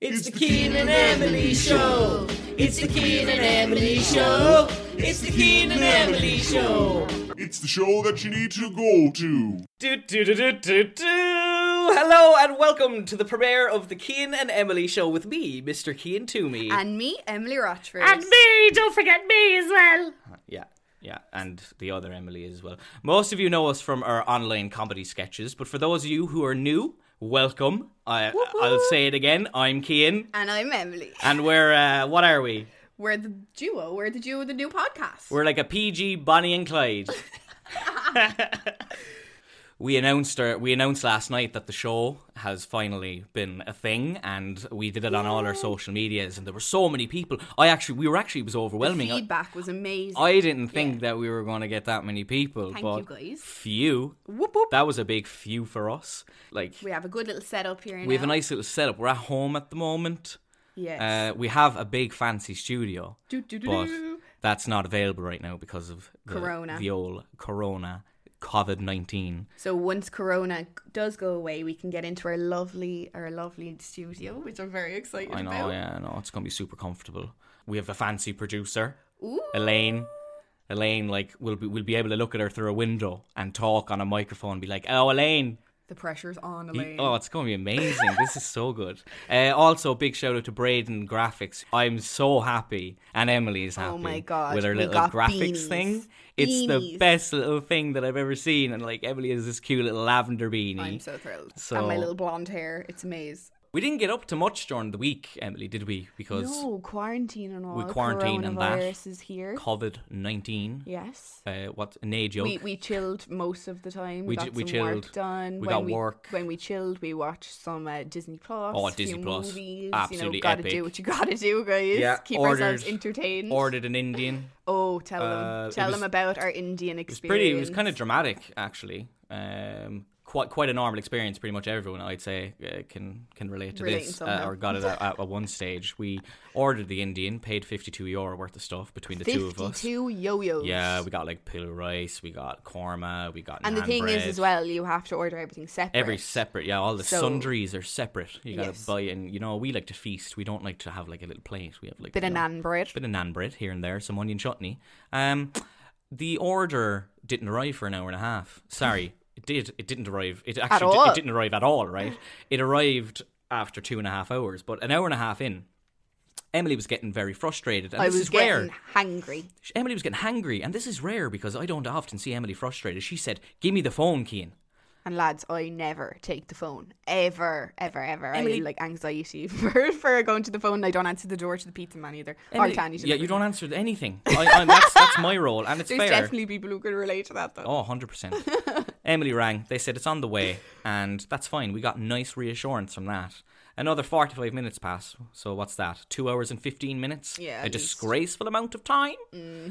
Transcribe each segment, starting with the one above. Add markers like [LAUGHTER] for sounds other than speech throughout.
It's the Keen and Emily Show. It's the Keen and Emily Show. It's the Keen and Emily Show. It's the show that you need to go to. Do, do, do, do, do, do. Hello and welcome to the premiere of the Keen and Emily Show with me, Mr. Keen Toomey. And me, Emily Rotchford. And me, don't forget me as well. yeah. Yeah, and the other Emily as well. Most of you know us from our online comedy sketches, but for those of you who are new, welcome. I, I'll say it again. I'm Keen, And I'm Emily. and we're uh, what are we? We're the duo. We're the duo of the new podcast. We're like a PG Bonnie and Clyde. [LAUGHS] we announced our, we announced last night that the show has finally been a thing, and we did it on all our social medias, and there were so many people. I actually, we were actually it was overwhelming. I- Feedback was amazing. I didn't think that we were going to get that many people. Thank but you, guys. Few. Whoop, whoop. That was a big few for us. Like we have a good little setup here. we have a now. nice little setup. We're at home at the moment. Yes. Uh, we have a big fancy studio, Do, do, do, but do. that's not available right now because of the, Corona. The old Corona, COVID nineteen. so once Corona does go away, we can get into our lovely, our lovely studio, which I'm very excited I know, about. yeah, I know. It's gonna be super comfortable. We have a fancy producer, Ooh, Elaine. Elaine, like, will be will be able to look at her through a window and talk on a microphone, and be like, "Oh, Elaine, the pressure's on, You- Elaine. Oh, it's going to be amazing. this is so good. Uh, also, big shout out to Braden Graphics. I'm so happy, and Emily is happy. Oh my God, With her we little got graphics beanies. thing. It's the Beanies. best little thing that I've ever seen. And like, Emily has this cute little lavender beanie. I'm so thrilled. So- and my little blonde hair. It's a maze. we didn't get up to much during the week, Emily, did we? Because No, quarantine and all. we quarantine and that. Coronavirus is here. COVID 19. yes. Uh, what? Nay joke. We, we chilled most of the time. We We got j- we some chilled. work done. We when got we, work. When we chilled, we watched some uh, Disney Plus. Oh, a few Disney Plus. Movies. Absolutely you know, gotta epic. do what you gotta do, guys. Keep ourselves entertained. Ordered an Indian. Oh, tell Uh, them, it tell was- them about our Indian It was experience. pretty. It was kind of dramatic, actually. Um, quite quite a normal experience. Pretty much everyone, I'd say, uh, can can relate to Relate this uh, somehow. or got it at, at, one stage. We ordered the Indian, paid fifty two euro worth of stuff between the two of us. fifty-two yo-yos. Yeah, we got like pillow rice, we got korma, we got and the naan thing is, bread. as well, you have to order everything separate. Every separate, yeah. All the So- sundries are separate. You gotta Yes. buy, and you know we like to feast. We don't like to have like a little plate. We have like bit you of know, naan bread. bit of naan bread here and there, some onion chutney. Um, the order didn't arrive for an hour and a half. [LAUGHS] Sorry, it did. It didn't arrive. It actually di- all. it didn't arrive at all. Right? It arrived after two and a half hours, but an hour and a half in, Emily was getting very frustrated, and I this was is getting rare. hangry. Emily was getting hangry, and this is rare because I don't often see Emily frustrated. She said, "Give me the phone, Keen." And lads, I never take the phone. Ever, ever, ever. I Emily- have like anxiety [LAUGHS] for, for going to the phone. I don't answer the door to the pizza man either. or Emily- can you? should yeah, never you do. don't answer anything. I, I, that's, that's my role, and it's There's fair. definitely people who can relate to that though. Oh, [LAUGHS] 100%. Emily rang. They said it's on the way, and that's fine. We got nice reassurance from that. Another 45 minutes pass. So, what's that? Two hours and 15 minutes? Yeah, A at least. Mm-hmm. disgraceful amount of time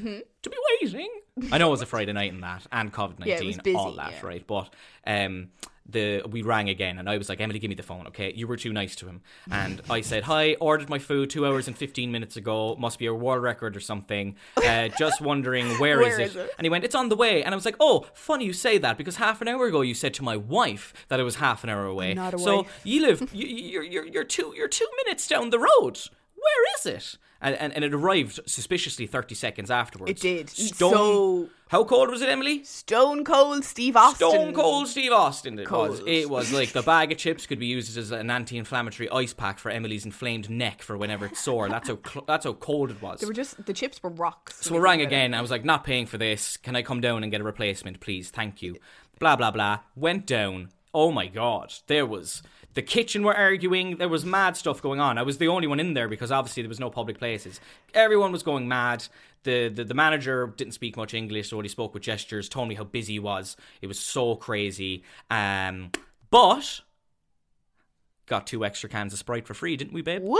to be waiting. I know it was a Friday night and that, and COVID 19, Yeah, it was busy, all that, yeah. right? But um, the we rang again, and I was like, Emily, give me the phone, okay? You were too nice to him. And I said, Hi, ordered my food two hours and 15 minutes ago. Must be a world record or something. Uh, [LAUGHS] just wondering, where is, Where it? is it? And he went, It's on the way. And I was like, Oh, funny you say that, because half an hour ago you said to my wife that it was half an hour away. not a so wife. you live, [LAUGHS] you, you're, you're, you're, two, you're two minutes down the road. Where is it? And, and, and it arrived suspiciously 30 seconds afterwards. It did. Stone. So- How cold was it, Emily? Stone Cold Steve Austin. Stone cold Steve Austin. It was. Cold. It was like the bag of chips could be used as an anti-inflammatory ice pack for Emily's inflamed neck for whenever it's sore. That's how cl- that's how cold it was. They were just the chips were rocks. So we rang again. I was like, not paying for this. Can I come down and get a replacement, please? Thank you. Blah, blah, blah. Went down. Oh my God. There was. The kitchen were arguing. There was mad stuff going on. I was the only one in there because obviously there was no public places. Everyone was going mad. The, the, the manager didn't speak much English, so he spoke with gestures, told me how busy he was. It was so crazy. Um, but got two extra cans of Sprite for free, didn't we, babe? Woo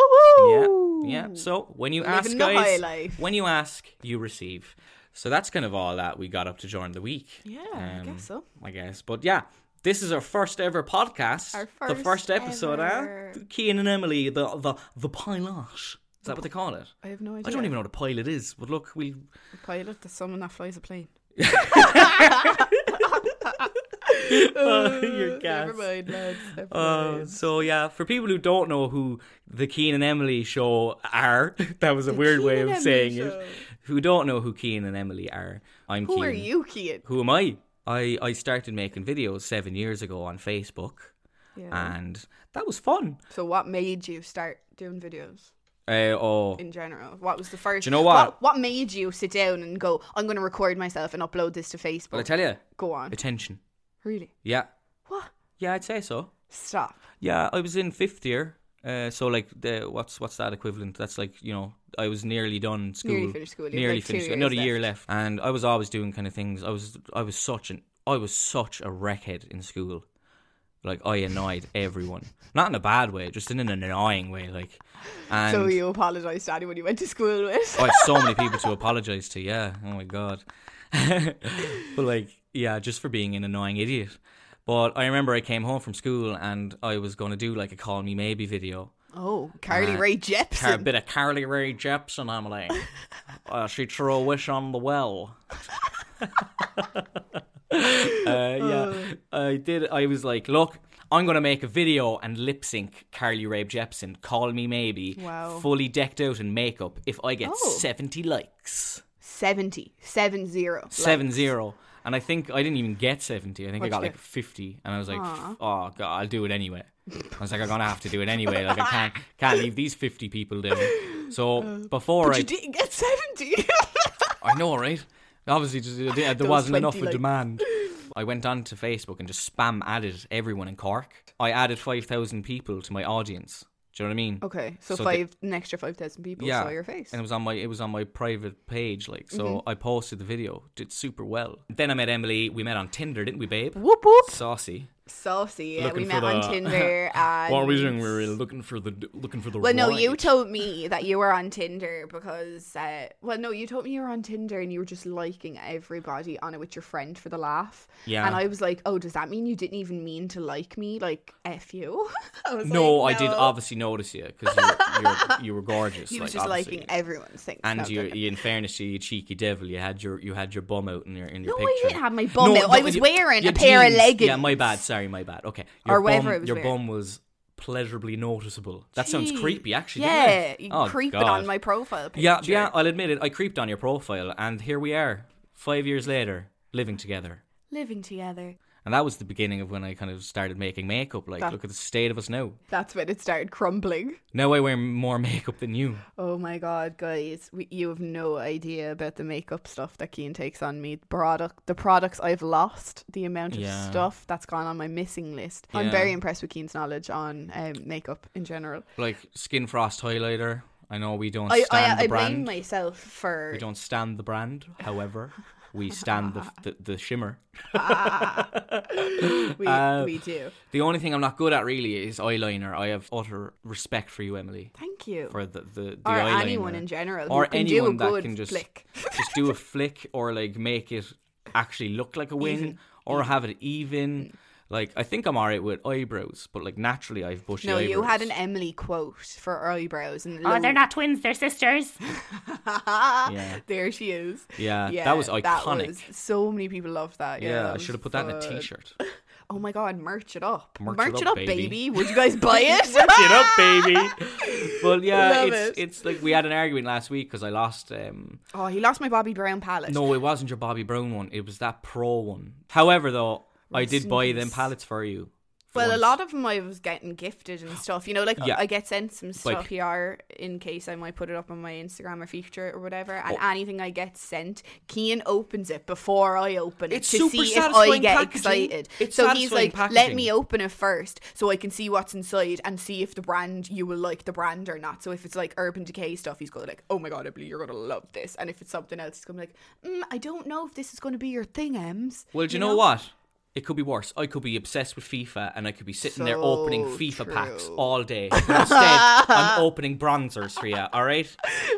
Yeah, woo. yeah. So when you Living ask, the high guys, life. when you ask, you receive. So that's kind of all that we got up to during the week. Um, Yeah, I guess so. I guess, but yeah, this is our first ever podcast. Our the first first episode, ever. huh? Kean and Emily, the the the pilot. Is that what they call it? I have no I idea. don't even know what a pilot is, but look, we'll Pilot, the someone that flies [LAUGHS] a plane. [LAUGHS] Oh, your Oh, Never mind, lads. Never Uh, mind. so yeah, for people who don't know who the Keen and Emily show are, [LAUGHS] that was a weird Keane way and of Emily saying show. it. Who don't know who Keen and Emily are, I'm Who are Keane. you, Kean? Who am I? I I started making videos seven years ago on Facebook, Yeah. and that was fun. So, what made you start doing videos Uh, oh, in general? What was the first? Do you know what? What, made you sit down and go? I'm going to record myself and upload this to Facebook. but I tell you, go on. attention. really? Yeah, What? yeah, I'd say so. Stop. Yeah, I was in fifth year. Uh, so like the what's what's that equivalent? That's like you know I was nearly done school. Nearly finished school, you have, Nearly like, two finished. years school. Another year left, and I was always doing kind of things. I was I was such an I was such a wreckhead in school. Like I annoyed everyone, not in a bad way, just in an annoying way. Like, and [LAUGHS] so you apologise to anyone you went to school with? [LAUGHS] I have Oh, so many people to apologize to. Yeah. Oh my god. [LAUGHS] but like, yeah, just for being an annoying idiot. But I remember I came home from school and I was going to do like a call me maybe video. Oh, Uh, Carly Rae Jepsen. Car- bit of Carly Rae Jepsen, I'm [LAUGHS] like, uh, she threw a wish on the well. [LAUGHS] uh, yeah, I did. I was like, look, I'm gonna make a video and lip sync Carly Rae Jepsen. Call me maybe. Wow. Fully decked out in makeup. If I get Oh. 70 likes, 70. 7 0. seven zero. And I think I didn't even get 70. I think What'd I got you like get? 50. And I was like, f- oh, God, I'll do it anyway. I was like, I'm going to have to do it anyway. Like, I can't, [LAUGHS] can't leave these 50 people down. So before I. Uh, You didn't get 70. I know, right? Obviously, just, [LAUGHS] uh, there there Those wasn't enough 20 of likes. [LAUGHS] demand. I went on to Facebook and just spam added everyone in Cork. I added 5,000 people to my audience. Do you know what I mean? [LAUGHS] okay, so, So the- five, an extra 5,000 people saw your face. Mm-hmm. And it was on my it was on my private page, like so I posted the video, did super well. Then I met Emily, we met on Tinder, didn't we, babe? Whoop whoop. Saucy. Saucy. Yeah, we Looking met for on the- Tinder. And... [LAUGHS] What are we doing? We were looking for the looking for the Well, no, you right. told me that you were on Tinder because, uh, well, no, you told me you were on Tinder and you were just liking everybody on it with your friend for the laugh. Yeah. And I was like, oh, does that mean you didn't even mean to like me? Like, F you. [LAUGHS] I was no, like, I did no. obviously notice you because you, were- you were [LAUGHS] gorgeous. You were like, just obviously. liking everyone's things. And about you, them. you, in fairness, you, you cheeky devil, you had your you had your bum out in your in your No, I picture. didn't have my bum out. I was wearing your a pair of jeans. Yeah, leggings. my bad. Sorry, my bad. Okay, Or whatever bum, it was Your wearing. bum was pleasurably noticeable. That sounds Gee. creepy, actually. doesn't Yeah, it? you Oh, creeping God. on my profile picture. Yeah, yeah. I'll admit it. I creeped on your profile, and here we are, five years later, living together. Living together. And that was the beginning of when I kind of started making makeup. Like, That- look at the state of us now. That's when it started crumbling. Now I wear more makeup than you. Oh my god, guys, we, you have no idea about the makeup stuff that Keen takes on me. The Product, the products I've lost, the amount of Yeah. stuff that's gone on my missing list. I'm Yeah. very impressed with Keen's knowledge on um, makeup in general. Like skin frost highlighter. I know we don't I stand I, the I brand. blame myself for We don't stand the [LAUGHS] brand, however, we stand the, the the shimmer. we, we do. The only thing I'm not good at really is eyeliner. I have utter respect for you, Emily, Thank you. for the the, the Or eyeliner. anyone in general who or can do a anyone that good can just flick. [LAUGHS] just do a flick or like make it actually look like a wing or have it Mm. even. Like I think I'm alright with eyebrows, but like naturally I've bushy no, eyebrows. you had an Emily quote for eyebrows and Oh, lo- [LAUGHS] they're not twins, they're sisters. yeah. there she is. Yeah, that was iconic. was- so many people loved that. Yeah, Yeah, I was should have put that in a fun. t-shirt. Oh my god, merch it up. Merch, Merch it, up, baby. Would you [LAUGHS] guys buy Get it? up, baby. But yeah, [LAUGHS] Love it's it. it's like we had an argument last week because I lost um, oh, he lost my Bobby Brown palette. No, it wasn't your Bobby Brown one. It was that Pro one. However, though, I did in buy peace. them pallets for you. for Well, a once. lot of them I was getting gifted and stuff. You know, like Yeah. I get sent some stuff Like- here in case I might put it up on my Instagram or feature it or whatever. And Oh. anything I get sent, Kean opens it before I open it It's to super see if I satisfying get packaging. excited. It's so he's satisfying like, "Let packaging." me open it first, so I can see what's inside and see if the brand you will like the brand or not." So if it's like Urban Decay stuff, he's going to like, "Oh my god, I believe you're going to love this." And if it's something else, he's going to be like, mm, "I don't know if this is going to be your thing, Ems." Well, do you know, what? It could be worse. I could be obsessed with FIFA and I could be sitting there opening So FIFA packs true. all day. But instead, I'm [LAUGHS] opening bronzers for you, all right?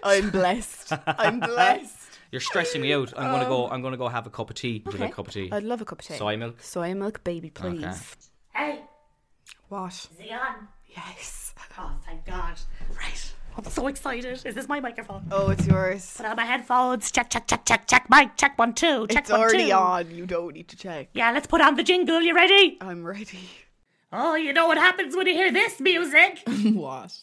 I'm blessed. [LAUGHS] I'm blessed. You're stressing me out. I'm gonna go I'm gonna go have a cup of tea. Would you like Okay. a cup of tea? I'd love a cup of tea. Soy milk. Soy milk, baby, please. Okay. Hey, What? is he on? Yes. Oh, thank God. Right. I'm so excited. Is this my microphone? [LAUGHS] Oh, it's yours. Put on my headphones. Check, check, check, check, check. Mic, check one, two. Check it's one, already two. on. You don't need to check. Yeah, let's put on the jingle. You ready? I'm ready. Oh, you know what happens when you hear this [LAUGHS] music? [LAUGHS] what?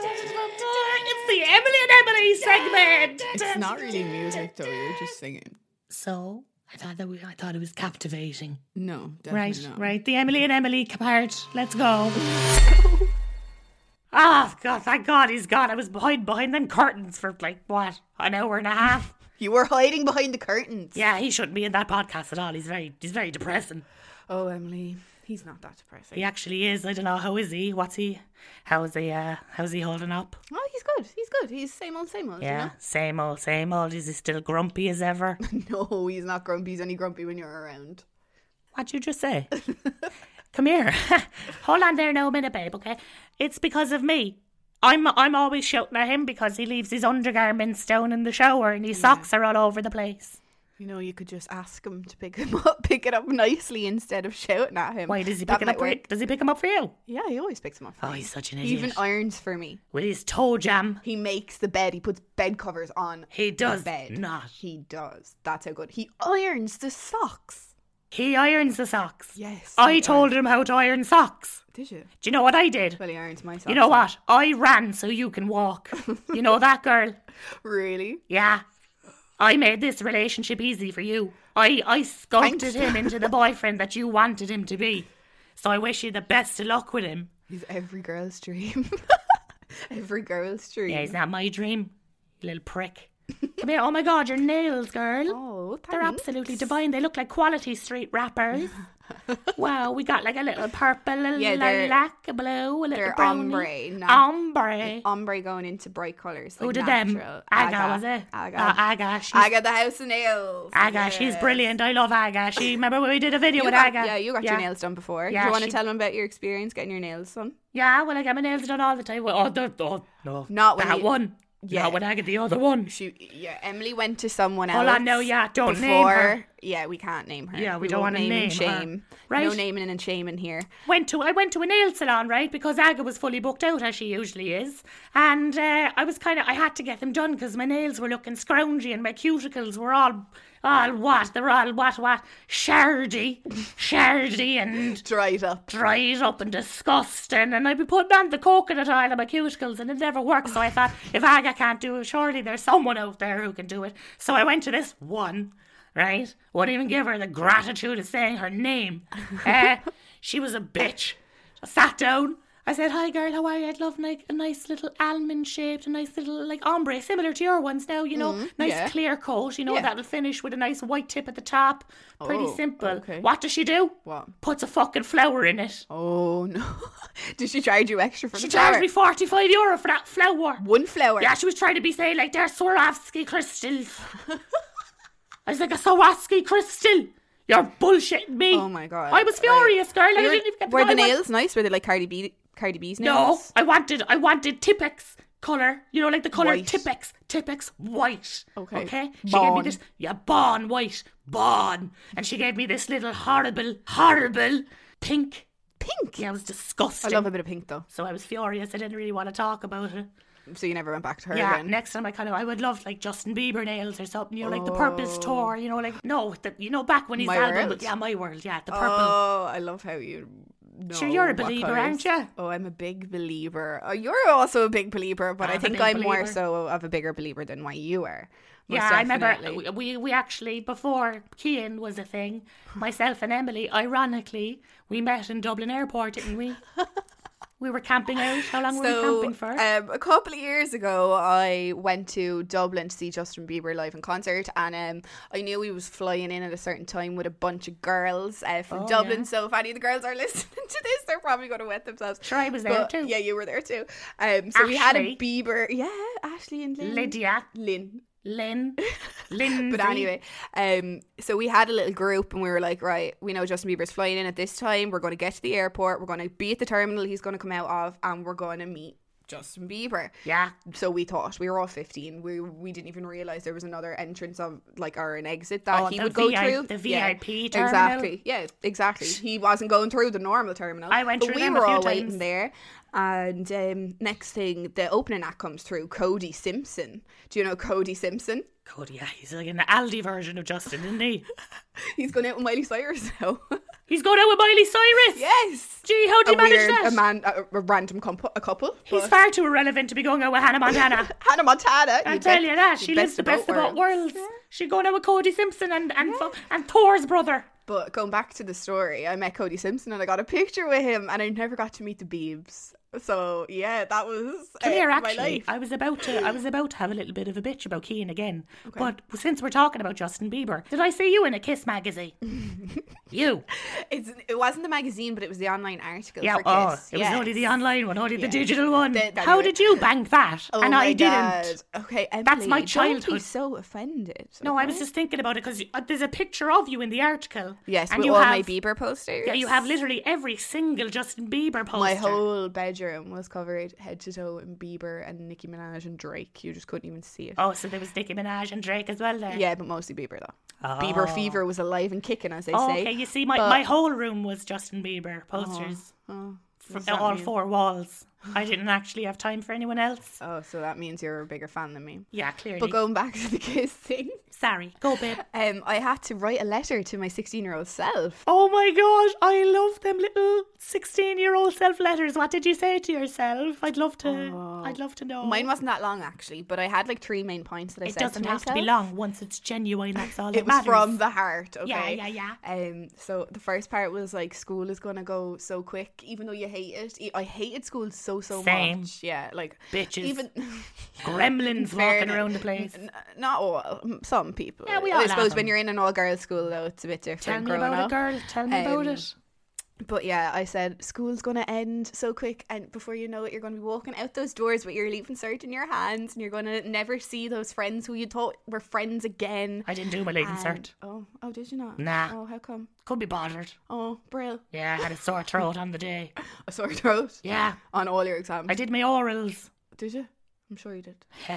it's the Emily and Emily segment. It's not really music though. You're just singing. So I thought that we, I thought it was captivating. No, definitely Right, not. right. The Emily and Emily part. Let's go. [LAUGHS] Ah, God, thank God he's gone. I was behind behind them curtains for like what an hour and a half. You were hiding behind the curtains. Yeah, he shouldn't be in that podcast at all. He's very he's very depressing. Oh, Emily, he's not that depressing. He actually is. I don't know how is he. What's he? How's he? Uh, how's he holding up? Oh, he's good. He's good. He's same old, same old. Yeah, same old, same old. Is he still grumpy as ever? You know? [LAUGHS] No, he's not grumpy. He's only grumpy when you're around. What'd you just say? [LAUGHS] Come here. [LAUGHS] Hold on there now a minute, babe, okay? It's because of me. I'm I'm always shouting at him because he leaves his undergarments down in the shower and his socks are all over the place. You know, you could just ask him to pick him [LAUGHS] up, pick it up nicely instead of shouting at him. Why does he That pick it up might for you? work. Does he pick him up for you? Yeah, he always picks him up. for Oh, me. he's such an He idiot. even irons for me. With his toe jam. He makes the bed. He puts bed covers on. He does the bed. not. He does. That's how good. He irons the socks. He irons the socks. Yes, I he told him how to iron socks. Did you? Do you know what I did? Well, he irons my socks. you know now. what? I ran so you can walk. you know that girl? Really? Yeah. I made this relationship easy for you. I, I sculpted Thanks. him [LAUGHS] into the boyfriend that you wanted him to be. So I wish you the best of luck with him. He's every girl's dream. [LAUGHS] every girl's dream. Yeah, he's not my dream, you little prick. Come here. Oh my god, your nails, girl. Oh, They're thanks. absolutely divine. They look like quality street [LAUGHS] wrappers. wow, we got like a little purple, a little Yeah, they're- lilac, a blue, a little they're brownie. ombre, not- Ombre. ombre going into bright colours. Like Who did natural. them? Aga, was it? Aga. Oh, Aga. She's, Aga the house of nails. Aga, she's Yeah. brilliant. I love Aga. [LAUGHS] She remember when we did a video You with got, Aga. Yeah, you got your nails done before. Do Yeah, you want to she- tell them about your experience getting your nails done? Yeah, well, I get my nails done all the time. Well, oh, the, oh no, Not when that you- one. Yeah. not when I get the other one. She, yeah, Emily went to someone else. Hold on, no, yeah, don't before. name her. Yeah, we can't name her. Yeah, we don't won't wanna and name her. shame. No Right. naming and shaming here. Went to I went to a nail salon right because Aga was fully booked out as she usually is, and uh, I was kind of I had to get them done because my nails were looking scroungy and my cuticles were all all what they're all what what shardy, shardy and Dried up. dried up and disgusting, and I'd be putting on the coconut oil on my cuticles, and it never worked. So I thought, if Aga can't do it, surely there's someone out there who can do it. So I went to this one, right? Wouldn't even give her the gratitude of saying [LAUGHS] her name. Eh, she was a bitch. I sat down. I said, "Hi, girl. How are you? I'd love like a nice little almond shaped, a nice little like ombre, similar to your ones now. You know, nice Mm, yeah. clear coat. You know that'll finish with a nice white tip at the top. Pretty Oh, simple. okay. What does she do? What? Puts a fucking flower in it. Oh no! [LAUGHS] Did she charge you extra for She the flower? charged me 45 euro for that flower. one flower. Yeah, she was trying to be saying, like, they're Swarovski crystals. [LAUGHS] I was like, a Swarovski crystal? You're bullshitting me. Oh my god! I was furious, Right. girl. I Were- didn't even get Were no, the I want- nails nice? Were they like Cardi B? Cardi B's No, nails? I wanted, I wanted Tippex colour. You know, like the colour White. Tippex. Tippex white. Okay. Okay? She Bon. gave me this, yeah, Bon white. Bon. And she gave me this little horrible, horrible pink. Pink. Yeah, it was disgusting. I love a bit of pink though. So I was furious. I didn't really want to talk about it. So you never went back to her Yeah, again. next time I kind of I would love like Justin Bieber nails or something. You know, like the Purpose tour. You know, like no, the, you know back when his Oh. My album, World? yeah, My World, yeah, the Purple. Oh, I love how you. Know Sure, you're a what believer, colours. aren't you? Oh, I'm a big believer. Oh, you're also a big believer, but i I'm a think big I'm more believer. so of a bigger believer than what you are. Most yeah, I remember definitely. uh, we we actually before Kean was a thing, myself and Emily, ironically, we met in Dublin Airport, [LAUGHS] didn't we? we were camping out. How long were we camping for? Um, a couple of years ago, I went to Dublin to see Justin Bieber live in concert, and um, I knew he was flying in at a certain time with a bunch of girls uh, from Dublin. Oh, yeah. So if any of the girls are [LAUGHS] listening to this, they're probably going to wet themselves. Sure, I was there But- too. Yeah, you were there too. Um, so we had a Ashley. Bieber, yeah, Ashley and Lynn. Lydia, [LAUGHS] Lynn. Lynn, Lindsay. But anyway, um, so we had a little group and we were like, right, we know Justin Bieber's flying in at this time. We're going to get to the airport. We're going to be at the terminal he's going to come out of, and we're going to meet Justin Bieber. Yeah. So we thought we were all fifteen. We we didn't even realize there was another entrance of like or an exit that Oh, he the would go VI through. the VIP terminal. Exactly. Yeah, exactly. He wasn't going through the normal terminal. I went but through we them a were few all times. waiting there. And um, next thing, the opening act comes through. Cody Simpson. Do you know Cody Simpson? God, yeah, he's like an Aldi version of Justin, isn't he? He's going out with Miley Cyrus [LAUGHS] now. He's going out with Miley Cyrus. yes. Gee, how do A you manage weird, that? a man, a, a random comp- a couple. he's but- far too irrelevant to be going out with [LAUGHS] Hannah Montana. Hannah Montana. I you tell bet- you that you she lives the best of both worlds. She going out with Cody Simpson and and fu- and Thor's brother. But going back to the story, I met Cody Simpson and I got a picture with him, and I never got to meet the Beebs. So yeah, that was uh, Come here, my actually. life. I was about to. I was about to have a little bit of a bitch about Keane again. But since we're talking about Justin Bieber, did I see you in a [LAUGHS] Kiss magazine? you. It's, it wasn't the magazine, but it was the online article. Yeah. for Oh, Kiss. it was Yes. only the online one, only the digital one. Th- that How you- did you bank that? [LAUGHS] Oh and my I didn't. God. Okay, Emily, That's my Don't be childhood. so offended. No, I was okay? just thinking about it because uh, there's a picture of you in the article. yes, and with you all have, my Bieber posters. Yeah, you have literally every single Justin Bieber poster. My whole bedroom was covered head to toe in Bieber and Nicki Minaj and Drake. You just couldn't even see it. Oh, so there was Nicki Minaj and Drake as well there. Yeah, but mostly Bieber though. Bieber fever was alive and kicking, as they Oh, say. okay, you see, my, but- Uh-huh. Oh, my whole room was Justin Bieber posters from that all mean? [LAUGHS] four walls. I didn't actually have time for anyone else. Oh, so that means you're a bigger fan than me. Yeah, clearly. But going back [LAUGHS] to the kiss thing, Sorry, go babe. [LAUGHS] um, I had to write a letter to my 16 year old self. Oh my gosh, I love them little sixteen-year-old self letters. What did you say to yourself? I'd love to. I'd love to know. Oh. Mine wasn't that long actually, but I had like three main points that I Oh. It said doesn't to have myself. to be long once it's genuine. [LAUGHS] That's all. It that was matters. from the heart. Okay. Yeah, yeah, yeah. Um, so the first part was like school is gonna go so quick, even though you hate it. E- I hated school so so Same. much. Yeah, like Bitches. Even [LAUGHS] gremlins Fair walking enough. around the place. N- not all, m- some people. Yeah, we all I have suppose when them. you're in an all girls school though, it's a bit different. Tell me growing up. about it, girl. Tell me about Um, it. But yeah, I said school's gonna end so quick, and before you know it, you're gonna be walking out those doors with your leaving cert in your hands, and you're gonna never see those friends who you thought were friends again. I didn't do my leaving And- cert. Oh, oh, did you not? Nah. Oh, how come? Could be bothered. Oh, [LAUGHS] brill. Yeah, I had a sore throat on the day. A sore throat. Yeah, On all your exams. I did my orals. Did you? I'm sure [LAUGHS] you did. [LAUGHS]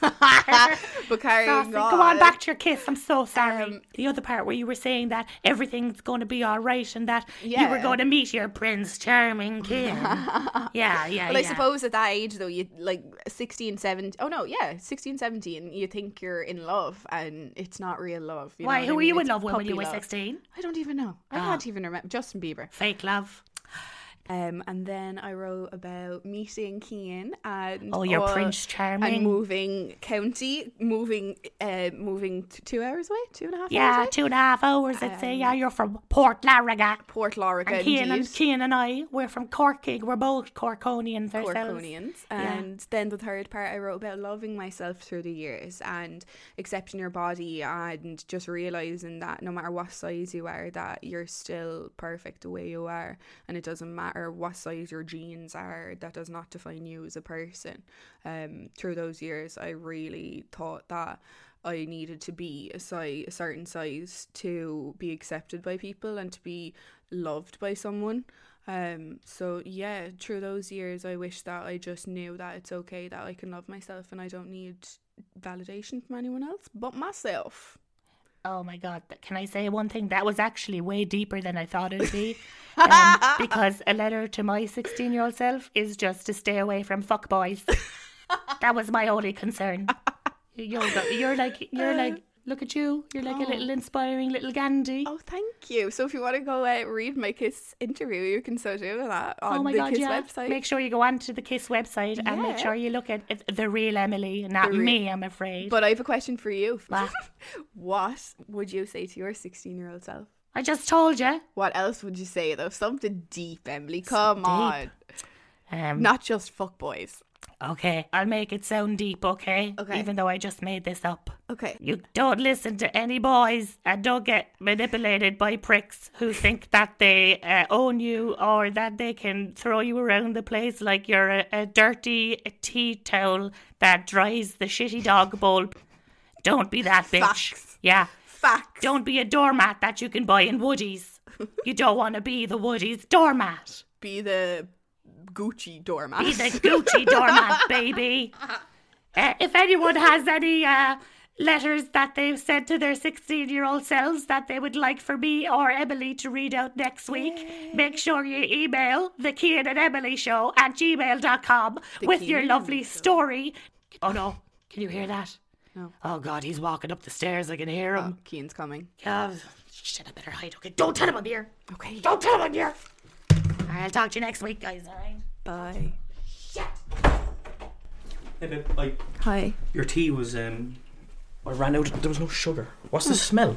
Sassy, But carrying Come on back to your kiss. I'm so sorry. Um, the other part where you were saying that everything's going to be all right and that you were Yeah. going to meet your Prince Charming kid. [LAUGHS] yeah, yeah, yeah. Well, I suppose at that age, though, you like 16, 17. Oh, no, yeah, 16, 17, you think you're in love and it's not real love. You know Why? what Who I were mean? you in It's love with when puppy you were Ah. love. 16? I don't even know. I can't even remember. Justin Bieber. Fake love. Um, and then I wrote about meeting Kean and Oh, your all- Prince Charming. and moving county, moving, uh, moving t- two hours away, two and a half hours Yeah, away. two and a half hours. I'd say. Um, Yeah, you're from Port Larraga. Port Lorica, And Kean and indeed. Kean and I, we're from Corkig. We're both Corkonians ourselves. Corkonians. Yeah. And then the third part I wrote about loving myself through the years and accepting your body and just realizing that no matter what size you are, that you're still perfect the way you are. And it doesn't matter what size your genes are, that does not define you as a person. Um, through those years, I really thought that. I needed to be a, si- a certain size to be accepted by people and to be loved by someone. Um, so yeah, through those years, I wish that I just knew that it's okay that I can love myself and I don't need validation from anyone else but myself. Oh my god! th- Can I say one thing? That was actually way deeper than I thought it'd be, [LAUGHS] um, because a letter to my sixteen-year-old self is just to stay away from fuck boys. that was my only concern. You're, go- you're like you're like look at you. You're like a little inspiring little Gandhi. Oh, thank you. So if you want to go uh, read my Kiss interview, you can so do that on Oh my the god! Kiss yeah. website. Make sure you go onto the Kiss website and make Yeah. sure you look at at the real Emily, not The re- me. I'm afraid. but I have a question for you. What? [LAUGHS] what would you say to your 16 year old self? I just told you. What else would you say though? Something deep, Emily. Come Mm. on. Um, Not just fuck boys. Okay, I'll make it sound deep. Okay. Okay. Even though I just made this up. Okay. You don't listen to any boys and don't get manipulated by pricks who think that they uh, own you or that they can throw you around the place like you're a, a dirty tea towel that dries the shitty dog bowl. Don't be that bitch. Facts. Yeah. Facts. Don't be a doormat that you can buy in Woodies. you don't want to be the Woodies doormat. be the Gucci doormat. Be the Gucci doormat, baby. Uh, if anyone has any uh, letters that they've sent to their 16 year old selves that they would like for me or Emily to read out next week, make sure you email the Kean and Emily show at gmail.com with Kean your and lovely Emily Show. story. Oh no, can you hear that? No. Oh god, he's walking up the stairs. I can hear him. Oh, Keen's coming. Yeah, shit, I better hide. Okay, don't tell him I'm here. Okay. Don't tell him I'm here. All right, I'll talk to you next week, guys. All right. Bye. Hey, babe, I- Hi. your tea was um. I ran out. There was no sugar. What's the smell?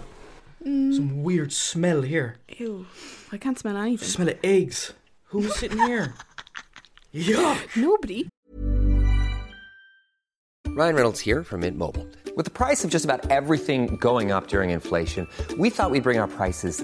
Some weird smell here. Ew. I can't smell anything. Smell of eggs. Who's sitting here? Yuck. Nobody. Ryan Reynolds here from Mint Mobile. With the price of just about everything going up during inflation, we thought we'd bring our prices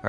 All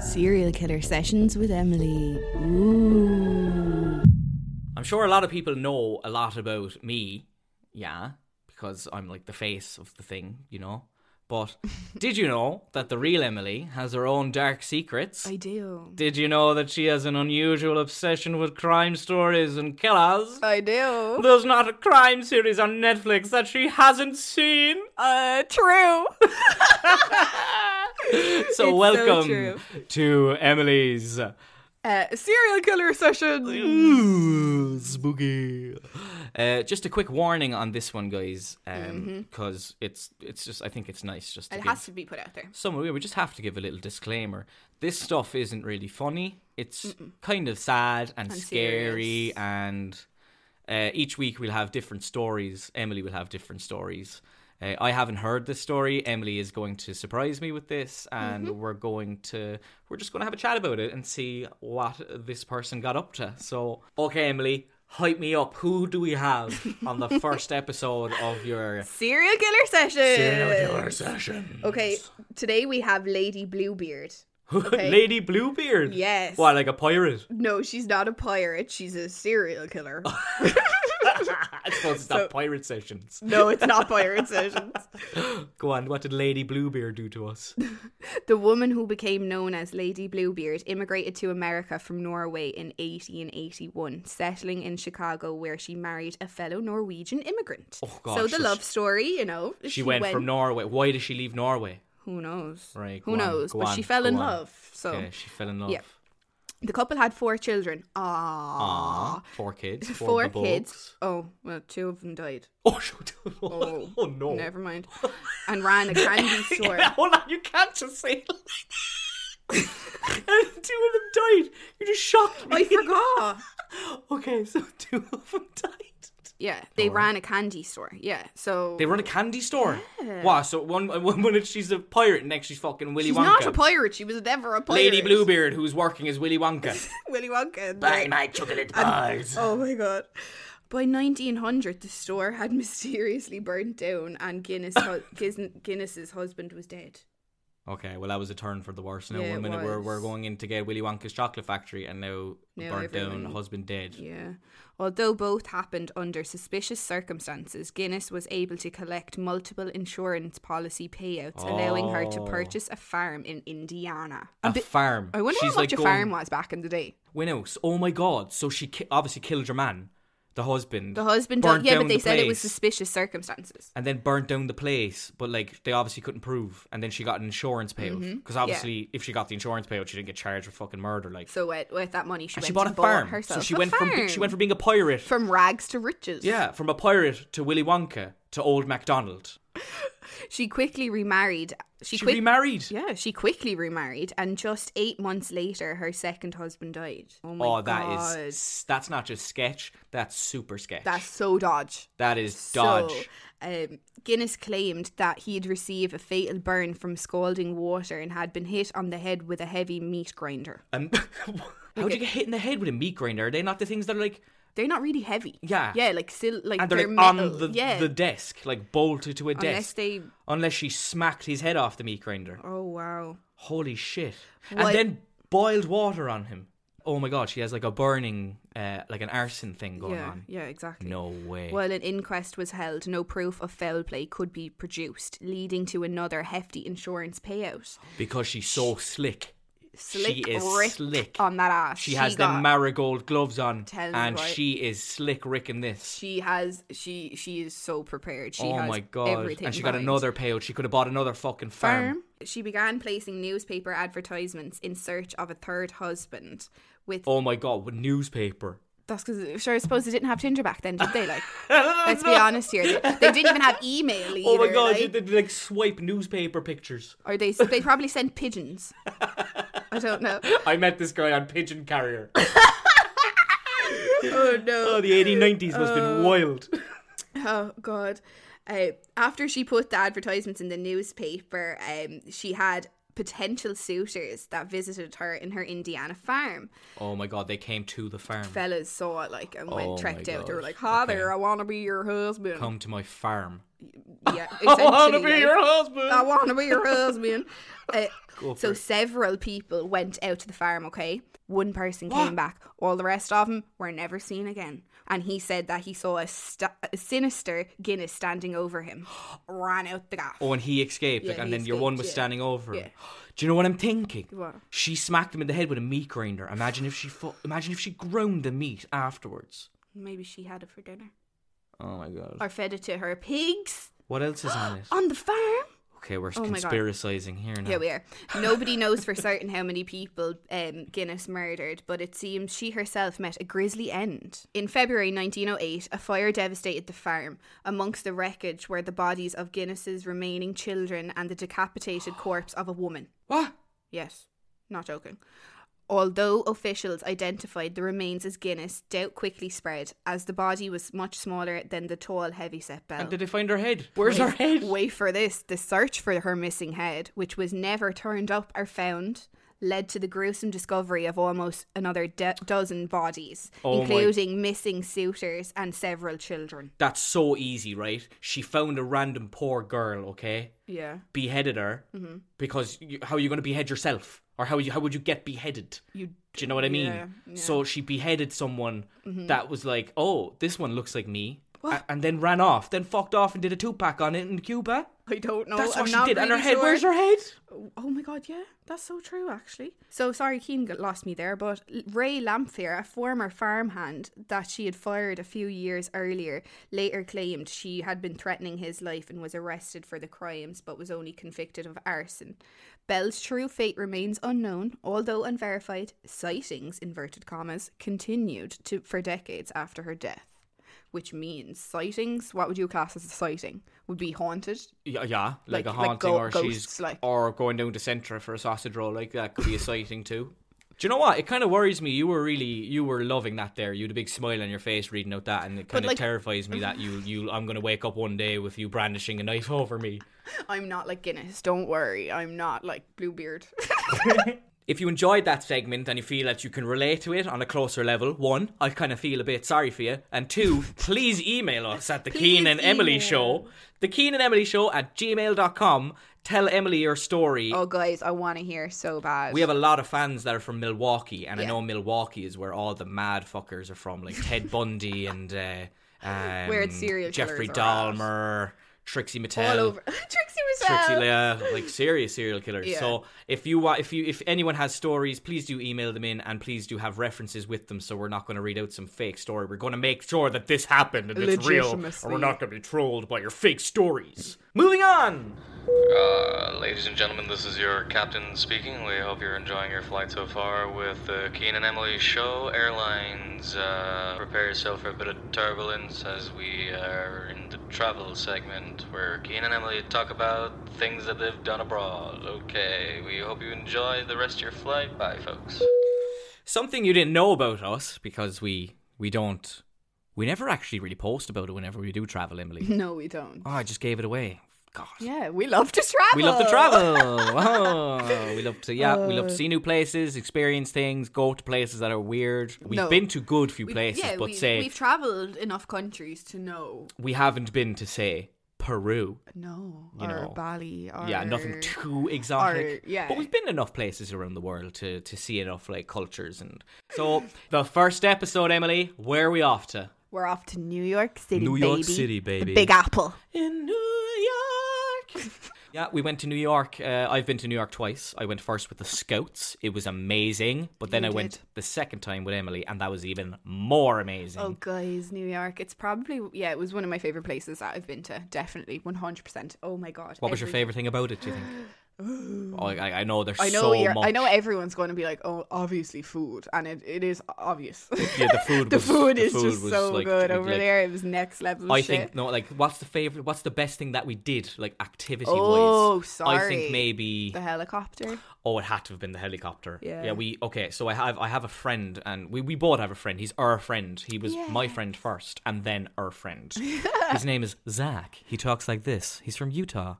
Serial Killer Sessions with Emily. I'm sure a lot of people know a lot about me, yeah, because I'm like the face of the thing, you know. [LAUGHS] But did you know that the real Emily has her own dark secrets? I do. Did you know that she has an unusual obsession with crime stories and killers? I do. There's not a crime series on Netflix that she hasn't seen. Uh, true. [LAUGHS] So so welcome true. to Emily's uh, serial killer session. Ooh, spooky. Uh, just a quick warning on this one, guys, because it's it's just I think it's nice just to Mm-hmm. It give has to be put out there. some we just have to give a little disclaimer. This stuff isn't really funny. It's kind of sad and, scary, serious. and uh, each week we'll have different stories. Emily will have different stories. Uh, I haven't heard this story. Emily is going to surprise me with this, and Mm-hmm. we're going to we're just going to have a chat about it and see what this person got up to. So, okay, Emily, hype me up. Who do we have on [LAUGHS] the first episode of your Serial killer session. session? Okay, today we have Lady Bluebeard. [LAUGHS] Okay. Lady Bluebeard. Yes. Why, like a pirate? [LAUGHS] [LAUGHS] No, she's not a pirate. She's a serial killer. I suppose it's not pirate sessions. no, it's not pirate sessions. Go on. What did Lady Bluebeard do to [LAUGHS] us? The woman who became known as Lady Bluebeard immigrated to America from Norway in 1881, settling in Chicago where she married a fellow Norwegian immigrant. Oh, gosh, so the so love she- story, you know. She, went, from Norway. Why did she leave Norway? Who knows? Right. go Who on, knows? go but on, she fell go in on. love. So Okay, she fell in love. Yeah. the couple had four children. Ah, Aw, four [LAUGHS] kids. Four, Four bugs. kids. Oh, well, two of them died. Oh, she- Oh, [LAUGHS] oh, no. [LAUGHS] Never mind. And ran a candy store. [LAUGHS] Hold on, you can't just say it like [LAUGHS] that. two of them died. You just shocked me. I forgot. [LAUGHS] Okay, so [LAUGHS] two of them died. Yeah, they ran a candy store. Yeah, so They run a candy store. Wow. So one [LAUGHS] one minute she's a pirate, and next she's fucking Willy she's Wonka. not a pirate. She was never a pirate. Lady Bluebeard, who's working as Willy [LAUGHS] Wonka. Willy Wonka. [LAUGHS] and Buy the- my chocolate bars. Oh my god. By 1900, the store had mysteriously burnt down, and Guinness [LAUGHS] hu- Guinness- Guinness's husband was dead. okay, well that was a turn for the worse. Now Yeah, one it minute we're, we're was. going in to get Willy Wonka's chocolate factory, and now, Now burnt down, everyone- husband dead. Yeah. Although both happened under suspicious circumstances, Guinness was able to collect multiple insurance policy payouts, allowing her to Oh. purchase a farm in Indiana. A And the- farm. I wonder she's how much like a going, farm was back in the day. When else? Oh my god! So she ki- obviously killed your man. The husband. The husband, burnt yeah, but down they the said it was place suspicious circumstances. and then burnt down the place, but like they obviously couldn't prove. And then she got an insurance payout Mm-hmm. because obviously, if she got the insurance payout, she didn't get charged with fucking murder. Like, So with, with that money, she and went she bought a and farm, herself. so she a went from be- she farm. went from being a pirate, from rags to riches. yeah, from a pirate to Willy Wonka to Old MacDonald. She quickly remarried. She, She quick- remarried. Yeah, she quickly remarried, and just eight months later, her second husband died. Oh my Oh, god, that is that's not just sketch. That's super sketch. that's so dodge. that is dodge. So, um, Guinness claimed that he had received a fatal burn from scalding water and had been hit on the head with a heavy meat grinder. Um, [LAUGHS] how would you get hit in the head with a meat grinder? Are they not the things that are like They're not really heavy. Yeah. yeah, like still like and they're, like metal. on the yeah. the desk, like bolted to a desk? Unless they. Unless she smacked his head off the meat grinder. Oh wow. Holy shit. What- And then boiled water on him. Oh my god, she has like a burning, uh, like an arson thing going yeah, on. yeah, exactly. No way. While an inquest was held, no proof of foul play could be produced, leading to another hefty insurance payout. Because she's so slick. Slick she is Rick slick. on that ass. she has got, the marigold gloves on. Tell me And what- she is slick ricking this. She has. She she is so prepared. She oh has my god. everything And she got behind. another payout. She could have bought another fucking farm. firm. She began placing newspaper advertisements in search of a third husband. With Oh my god, with newspaper. that's because sure, I suppose they didn't have Tinder back then, did [LAUGHS] they? Like, let's be honest here, they, they didn't even have email either. oh my god, like. you did like swipe newspaper pictures. or they they probably sent pigeons. I [LAUGHS] don't know. I met this guy on Pigeon [COUGHS] Carrier. Oh no. Oh, the 1890s must have been wild. Oh God! Uh, after she put the advertisements in the newspaper, um, she had potential suitors that visited her in her Indiana farm. Oh my god, they came to the farm. Fellas saw it like and went Oh, trekked my out. They were God. like, "Hi Okay. there, I want to be your husband." Come to my farm. [LAUGHS] Yeah, essentially, wanna be like, your husband. I want to be your husband. [LAUGHS] Uh, so several people went out to the farm. Okay, one person came back. All the rest of them were never seen again. And he said that he saw a, st- a sinister Guinness standing over him. [GASPS] Ran out the gaff. Oh, and he escaped, like, Yeah, and he then your one escaped, was yeah. standing over him. Yeah. [GASPS] Do you know what I'm thinking? What? She smacked him in the head with a meat grinder. Imagine if she fu- imagine if she ground the meat afterwards. Maybe she had it for dinner. Oh my god. Or fed it to her pigs What else is [GASPS] on it? on the farm. Okay, we're Oh my God. conspiracizing here now. Yeah, we are. Nobody knows for certain how many people um, Guinness murdered, but it seems she herself met a grisly end. In February 1908, a fire devastated the farm. Amongst the wreckage were the bodies of Guinness's remaining children and the decapitated corpse of a woman. What? Yes, not joking. Although officials identified the remains as Guinness, doubt quickly spread as the body was much smaller than the tall, heavy set bell. And did they find her head? Where's her head? Wait for this. The search for her missing head, which was never turned up or found, led to the gruesome discovery of almost another do- dozen bodies, Oh my- including missing suitors and several children. [LAUGHS] That's so easy, right? She found a random poor girl, okay? Yeah. Beheaded her Mm-hmm. because you, how are you going to behead yourself? Or how you, how would you get beheaded? You Do you know what I mean? Yeah, Mm-hmm. yeah. So she beheaded someone that was like, "Oh, this one looks like me," a- and then ran off, then fucked off and did a two pack on it in Cuba. I don't know. That's what I'm she not did. and her really head, sure. where's her head? Oh my god, yeah, that's so true, actually. So sorry, Keen got lost me there, but L- Ray Lamphere, a former farmhand that she had fired a few years earlier, later claimed she had been threatening his life and was arrested for the crimes, but was only convicted of arson. Bell's true fate remains unknown, although unverified sightings inverted commas continued to for decades after her death. Which means sightings. What would you class as a sighting? Would be haunted. Yeah, yeah like, Like- a like haunting, go- or ghosts, she's like. or going down to Centra for a sausage roll. Like that could be a sighting too. Do you know what? It kind of worries me. You were really, you were loving that there. You had a big smile on your face reading out that, and it kind of like- terrifies me that you, you, I'm gonna wake up one day with you brandishing a knife [LAUGHS] over me. I'm not like Guinness. Don't worry. I'm not like Bluebeard. [LAUGHS] If you enjoyed that segment and you feel that you can relate to it on a closer level, one, I kind of feel a bit sorry for you, and two, please email us at the Keen and Emily Show, the Keen and Emily Show at gmail.com. Tell Emily your story. oh, guys, I want to hear so bad. We have a lot of fans that are from Milwaukee, and I Yeah. know Milwaukee is where all the mad fuckers are from, like Ted [LAUGHS] Bundy and uh, um, serial killers Jeffrey are at. Dahmer, Trixie Mattel. all over. [LAUGHS] Trixie Trixie yourself. Leah, like serious serial killers. Yeah. So if you wa- if you if anyone has stories, please do email them in, and please do have references with them. So we're not going to read out some fake story. We're going to make sure that this happened and it's real, and we're Legitimacy. not going to be trolled by your fake stories. Moving on. Uh, ladies and gentlemen, this is your captain speaking. We hope you're enjoying your flight so far with the Keen and Emily Show Airlines. Uh, prepare yourself for a bit of turbulence as we are in the travel segment where Keen and Emily talk about things that they've done abroad. Okay, we hope you enjoy the rest of your flight. Bye, folks. Something you didn't know about us because we we don't we never actually really post about it whenever we do travel, [LAUGHS] Emily. No, we don't. Oh, I just gave it away. God. Yeah, we love to travel. We love to [LAUGHS] travel. Oh, we love to yeah. we love to Uh, see new places, experience things, go to places that are weird. We've No. been to good few We- places, yeah, but we, say we've traveled enough countries to know. we haven't been to say Peru. No, You or know. Bali, or yeah, nothing too exotic. or- yeah. But we've been enough places around the world to to see enough like cultures and so the first episode, Emily, where are we off to? We're off to New York City, New York baby. City, baby. The Big Apple. In New York. [LAUGHS] yeah, we went to New York. Uh, I've been to New York twice. I went first with the Scouts. It was amazing. But then You I did. went the second time with Emily, and that was even more amazing. Oh, guys, New York. It's probably yeah. It was one of my favorite places that I've been to. Definitely, one hundred percent. Oh my god. what was your every- favorite thing about it? Do you think? [GASPS] oh, I, I know there's I know so you're, much. I know everyone's going to be like, oh, obviously food, and it, it is obvious. Yeah, [LAUGHS] the food the was- food the is food just was, so like, good like- over there. It was next level. I shit. think no, like what's the favorite? What's the best thing that we did, like activity wise? Oh, I sorry. think maybe the helicopter. Oh, it had to have been the helicopter. Yeah. Yeah. We okay. So I have I have a friend, and we, we both have a friend. He's our friend. He was my friend first, and then our [LAUGHS] friend. His name is Zach. He talks like this. He's from Utah.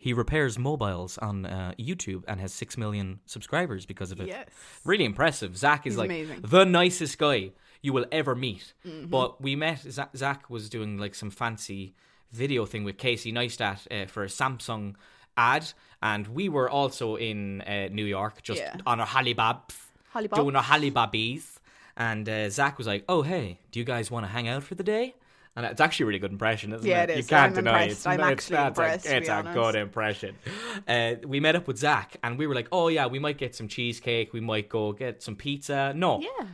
He repairs mobiles on uh, YouTube and has six million subscribers because of it. Yes. Really impressive. Zach is like amazing. the nicest guy you will ever meet. Mm-hmm. But we met. Zach, Zach was doing like some fancy video thing with Casey Neistat uh, for a Samsung ad, and we were also in uh, New York just Yeah. on our halibabs, Hollybobs. doing our halibabbies. And uh, Zach was like, "Oh hey, do you guys want to hang out for the day?" And it's actually a really good impression, isn't Yeah, it? it You is. can't I'm deny it. impressed. It's, I'm it's, actually that's a- impressed, to be it's a honest. good impression. Uh, we met up with Zach, and we were like, "Oh yeah, we might get some cheesecake. We might go get some pizza." No, Yeah.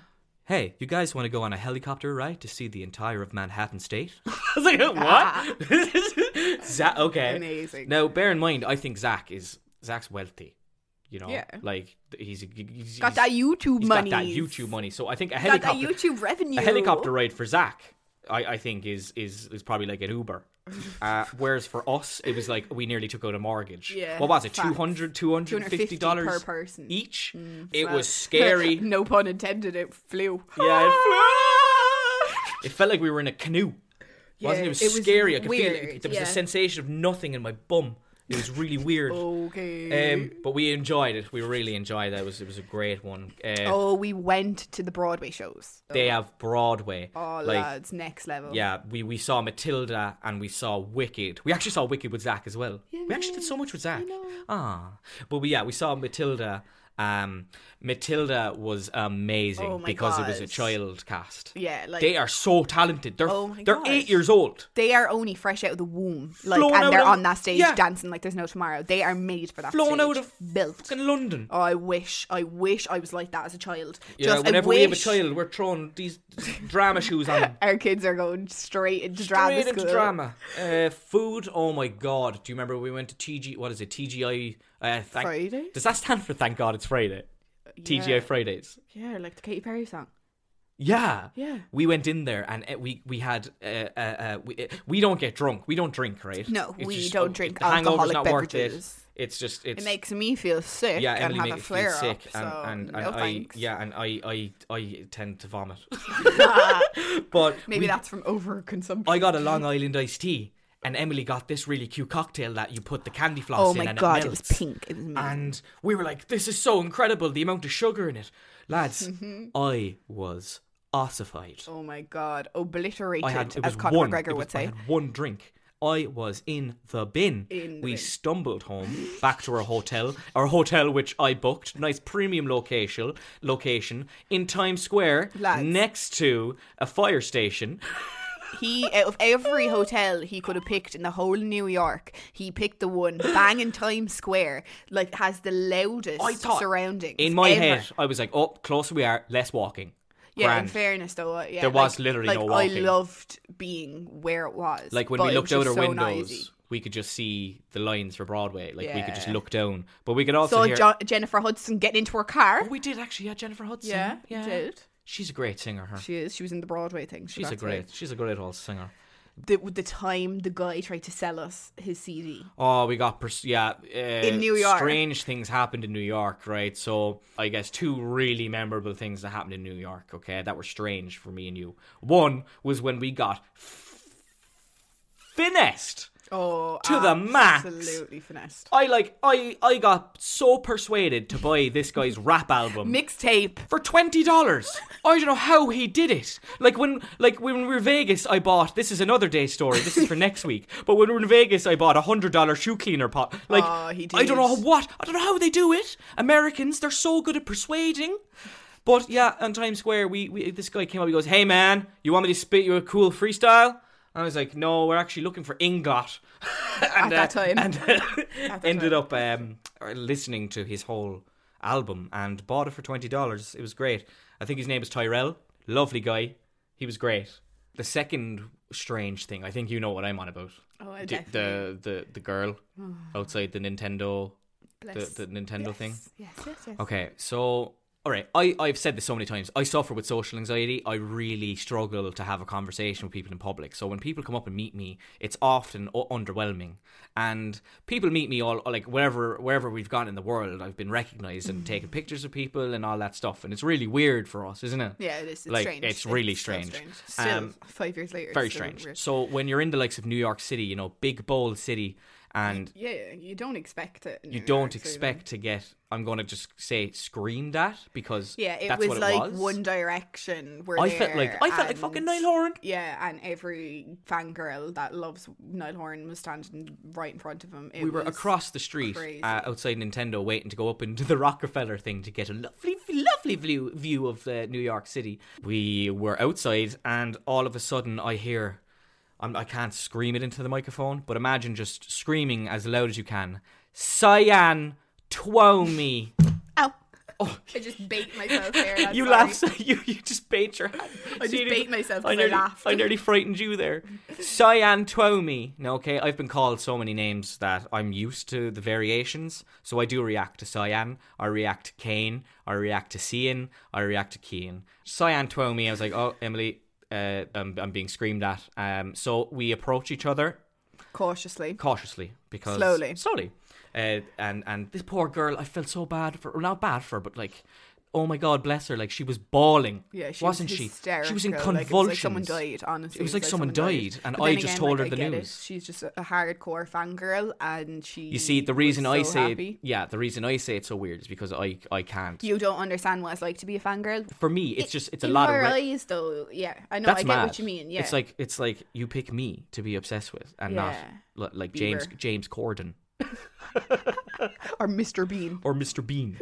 hey, you guys want to go on a helicopter ride to see the entire of Manhattan State? [LAUGHS] I was like, [LAUGHS] what? Zach, okay. Amazing. Now, bear in mind, I think Zach is Zach's wealthy. You know, Yeah. like he's, he's Got that YouTube he's money. got that YouTube money. So I think a Got helicopter, that YouTube revenue. a helicopter ride for Zach, I, I think is is is probably like an [LAUGHS] Uber. Uh, whereas for us, it was like we nearly took out a mortgage. Yeah, what was it? facts. 200 250 dollars per person. Mm, each. it [LAUGHS] was scary. no pun intended. It flew. Yeah, it, it felt like we were in a canoe. wasn't it? Ah! Yeah, It was it was scary. I could feel it. weird, There was yeah. a sensation of nothing in my bum. It was [LAUGHS] really weird. Oh, Okay. Um, but we enjoyed it. We really enjoyed it. It was it was a great one. Uh, oh, we went to the Broadway shows. They have Broadway. Oh, like, lads, next level. Yeah, we, we saw Matilda and we saw Wicked. We actually saw Wicked with Zach as well. we actually did so much with Zach. Ah, but we, yeah, we saw Matilda. Um, Matilda was amazing Oh my because it was a God. child cast. Yeah, like- they are so talented. They're Oh my they're God. eight years old. They are only fresh out of the womb, like, Flown out and they're of- on that stage yeah. dancing like there's no tomorrow. They are made for that. Flown stage. out of built. Fucking London. Oh, I wish, I wish I was like that as a child. yeah, Just, whenever I wish we have a child, we're throwing these drama shoes on them. our kids are going straight into [LAUGHS] drama Straight into school. drama. Uh, food. Oh my god! Do you remember we went to TG? What is it? TGI uh, thank- Friday? Does that stand for Thank God It's Friday? TGI Fridays. Yeah, like the Katy Perry song. Yeah. Yeah. We went in there and uh, we we had uh, uh, uh, we uh, we don't get drunk. We don't drink, right? No, It's we just- don't drink the hangover's alcoholic not worth beverages. it. It's just it's It makes me feel sick yeah, and Emily have made a it feel flare sick, up. so and, and, no and I thanks. yeah, and I I I tend to [LAUGHS] vomit. [LAUGHS] but Maybe we- that's from overconsumption. I [LAUGHS] got a Long Island iced tea, and Emily got this really cute cocktail that you put the candy floss Oh in. my and God, it, it was melts. pink. It was amazing. And we were like, "This is so incredible! The amount of sugar in it, lads." I was ossified. Mm-hmm. Oh my god, obliterated, I had it as was Conor one, McGregor it was- would say. I had one drink. I was in the bin. In the we bin. stumbled home back to our hotel, our hotel which I booked, nice premium location, location in Times Square, Lads. next to a fire station. He out of every hotel he could have picked in the whole New York, he picked the one bang in Times Square, like has the loudest I thought- surroundings. In my ever. head, I was like, oh, closer we are, less walking. Yeah, in Grand. fairness though, uh, yeah, There was literally like no I walking. loved being where it was. Like when but we it looked was out our just so windows, noisy. we could just see the lines for Broadway. Like we could just Yeah. look down, but we could also Saw hear. Oh, Jo- Jennifer Hudson getting into her car. we did actually, yeah, Jennifer Hudson. Yeah, we yeah. did. She's a great singer. Her. She is. She was in the Broadway thing. so she's a that's great. it. She's a great old singer. The, with the time the guy tried to sell us his CD. Oh, we got pers- yeah. Uh, in New York. strange things happened in New York, right? So I guess two really memorable things that happened in New York, okay, that were strange for me and you. One was when we got f- finessed. Oh, To the max. Absolutely finessed. I like I I got so persuaded to buy this guy's rap album mixtape for twenty dollars. I don't know how he did it. Like when like when we were in Vegas, I bought this is another day story. This is for [LAUGHS] next week. But when we were in Vegas, I bought a hundred dollar shoe cleaner pot. Like Oh, he I don't did. know what I don't know how they do it. Americans, they're so good at persuading. But yeah, on Times Square, we, we this guy came up. He goes, "Hey man, you want me to spit you a cool freestyle?" And I was like, "No, we're actually looking for Ingot." At that time. [LAUGHS] and ended up um, listening to his whole album and bought it for twenty dollars. It was great. I think his name is Tyrell. Lovely guy. He was great. The second strange thing, I think you know what I'm on about. Oh, I D- the, the the girl Oh. outside the Nintendo, the, Bless. the Nintendo thing. Yes, yes, yes. Okay, so all right, I I've said this so many times. I suffer with social anxiety. I really struggle to have a conversation with people in public. So when people come up and meet me, it's often u- underwhelming. And people meet me all like wherever wherever we've gone in the world. I've been recognized and [LAUGHS] taken pictures of people and all that stuff. And it's really weird for us, isn't it? Yeah, it is. It's like strange. it's really so strange. Still, Um, five years later, it's very still strange. weird. So when you're in the likes of New York City, you know, big bold city, and Yeah, you don't expect it. in you New don't York, so you expect to get. I'm going to just say screamed at because Yeah, it that's was what like it was. One Direction. Were I felt like- there I felt like fucking and- Niall Horan. Yeah, and every fangirl that loves Niall Horan was standing right in front of him. It we were was across the street crazy. uh, outside Nintendo, waiting to go up into the [LAUGHS] Rockefeller thing to get a lovely, lovely view view of uh, New York City. We were outside, and all of a sudden, I hear. I'm, I can't scream it into the microphone, but imagine just screaming as loud as you can. Cyan Twomey. Ow. [LAUGHS] I just bait myself there. that's Oh. [LAUGHS] you sorry. laugh, so you, you just bait your hand. I just you bait myself 'cause I nearly, laughed. I nearly frightened you there. Cyan Twomey. Now, okay, I've been called so many names that I'm used to the variations, so I do react to Cyan. I react to Kane. I react to Cian. I react to Keen. Cyan Twomey, I was like, oh, Emily, uh, I'm, I'm being screamed at. Um, so we approach each other Cautiously. cautiously because Slowly. slowly. Uh, and and this poor girl, I felt so bad for, well, not bad for, her, but like, oh my god, bless her, like she was bawling, Yeah, she wasn't was she? She was in hysterical, convulsions. like, it was like someone died, honestly. it was like, someone died, and But I then just again, told like, her the I get it. news. She's just a a hardcore fangirl, and she. You see, the was reason I so say, it, happy. yeah, the reason I say it's so weird is because I I can't. You don't understand what it's like to be a fangirl. for me, it's just it's a In lot of her re- eyes, though, yeah, I know, That's I get mad. what you mean. Yeah, it's like it's like you pick me to be obsessed with, and Yeah. not li- like James Bieber. James Corden or Mr. Bean. or Mr [LAUGHS] Bean.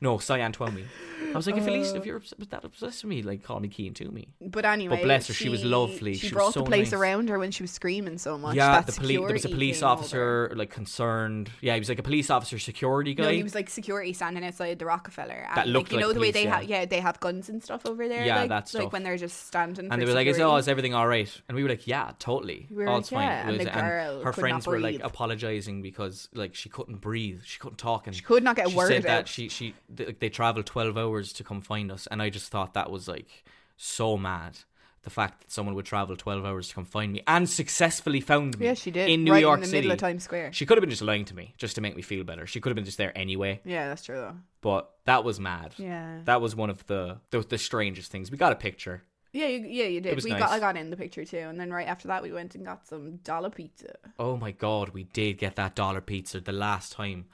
no, Cyan Twomey. I was like, if at least Uh. if you're obs- that obsessed with me, like call me Keen to me. But anyway, bless her, she was lovely. She, She was brought so the place nice. around her when she was screaming so much. Yeah, that the police. There was a security police came over. officer, like concerned. Yeah, he was like a police officer, security guy. No, he was like security standing outside the Rockefeller. And, That looked like, you like know the way police, they yeah. have yeah they have guns and stuff over there. Yeah, like, that like stuff. when they're just standing. and for they were like, "Is security. oh, is everything all right?" And we were like, "Yeah, totally. We were all like, it's fine." "Yeah," It and was- the girl her could not friends were like breathe. apologizing because like she couldn't breathe, she couldn't talk, and she could not get a she word Said that out. she she they, like, they traveled twelve hours to come find us, and I just thought that was like so mad. The fact that someone would travel twelve hours to come find me and successfully found me. Yeah, she did, in New right in York the City, middle of Times Square. She could have been just lying to me just to make me feel better. She could have been just there anyway. Yeah, that's true though. But that was mad. Yeah. That was one of the the, the strangest things. We got a picture. Yeah, you, yeah, you did. was We nice. got I got in the picture too, and then right after that we went and got some dollar pizza. Oh my god, we did get that dollar pizza the last time.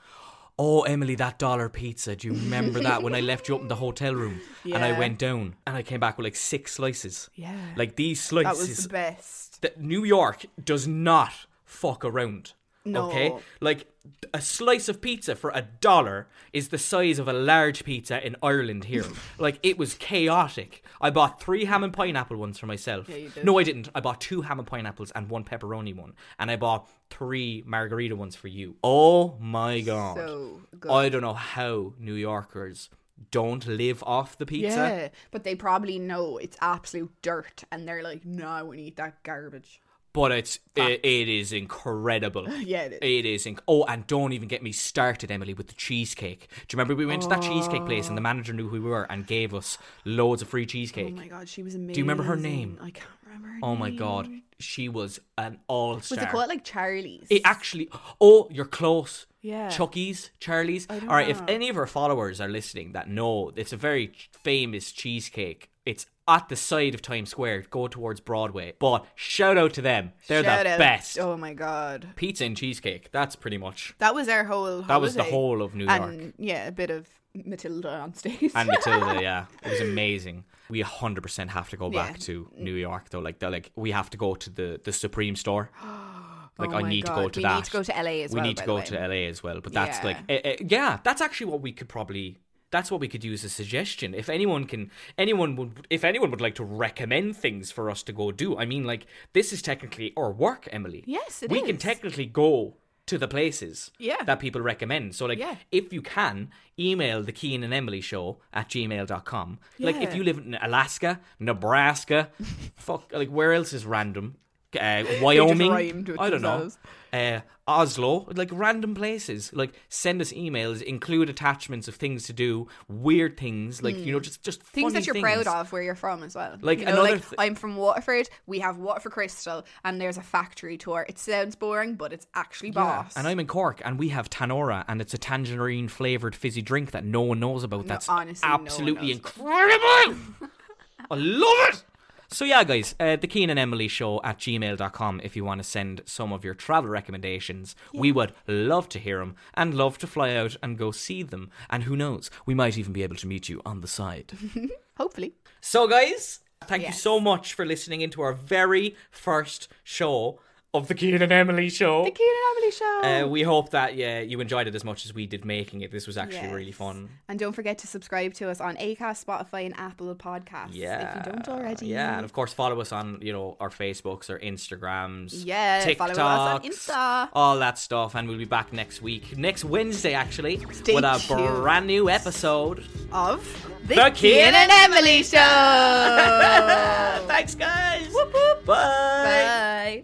Oh, Emily, that dollar pizza. Do you remember that when I left you up in the hotel room and I Yeah. went down and I came back with like six slices? Yeah. Like these That was slices. the best. that New York does not fuck around. No. Okay? Like a slice of pizza for a [LAUGHS] dollar is the size of a large pizza in Ireland here. like it was chaotic. I bought three ham and pineapple ones for myself. Yeah, you did. No, I didn't. I bought two ham and pineapples and one pepperoni one, and I bought three margarita ones for you. Oh my god! So good. I don't know how New Yorkers don't live off the pizza. Yeah, but they probably know it's absolute dirt, and they're like, "No, I wouldn't eat that garbage." But it's it, it is incredible. [LAUGHS] Yeah, it is. It is. Inc- oh, and don't even get me started, Emily, with the cheesecake. Do you remember we went to that cheesecake place and the manager knew who we were and gave us loads of free cheesecake? Oh my god, she was amazing. Do you remember her name? I can't remember. Her Oh my name. god, she was an all star. Was it called like Charlie's? It actually. Oh, you're close. Yeah. Chucky's, Charlie's. All don't right, if know. any of our followers are listening that know, it's a very ch- famous cheesecake. It's at the side of Times Square, go towards Broadway. But shout out to them. They're Shout the out. best. Oh my god, Pizza and cheesecake. That's pretty much. that was our whole. That was the holiday. whole of New and, York. Yeah, a bit of Matilda on stage. And Matilda, yeah. It was amazing. We 100% have to go Yeah. back to New York, though. Like, they're like we have to go to the, the Supreme store. Like, [GASPS] Oh I my need to God. go to we that. need to go to LA as we well. need to by go the way. to LA as well. But that's Yeah. like, eh, eh, yeah, that's actually what we could probably. That's what we could use as a suggestion. If anyone can, anyone would, if anyone would like to recommend things for us to go do. I mean, like this is technically our work, Emily. Yes, it we can is. technically go to the places Yeah. that people recommend. So, like, Yeah. if you can, email the Keen and Emily Show at gmail.com. Like, if Yeah. you live in Alaska, Nebraska, [LAUGHS] fuck, like, where else is random? [LAUGHS] Uh, Wyoming, rhymed with I don't know. themselves. Uh, Oslo, like random places. Like send us emails, include attachments of things to do, weird things, like you know, just just [LAUGHS] Hmm. Things funny that you're things. proud of where you're from as well. Like you know, another like th- I'm from Waterford, we have Waterford Crystal, and there's a factory tour. It sounds boring, but it's actually boss. And I'm in Cork, and we have Tanora, and it's a tangerine flavored fizzy drink that no one knows about. That's honestly, no one absolutely knows. incredible. I love it. So yeah, guys, uh, the Keen and Emily Show at gmail.com if you want to send some of your travel recommendations. We would love to hear them and love to fly out and go see them. And who knows, we might even be able to meet you on the [LAUGHS] side. Hopefully. So, guys, thank you Yes. so much for listening into our very first show of the Keen and Emily Show. The Keenan Emily Show. Uh, we hope that yeah, you enjoyed it as much as we did making it. This was actually really Yes. fun. And don't forget to subscribe to us on Acast, Spotify, and Apple Podcasts. Yeah. If you don't already. Yeah, and of course follow us on, you know, our Facebooks, our Instagrams, Yeah, follow us on TikToks, Insta. all that stuff, and we'll be back next week. Next Wednesday actually Stay with a tuned. brand new episode. Of The, The Keenan Keenan and Emily Show. [LAUGHS] Thanks guys. Oh. Bye.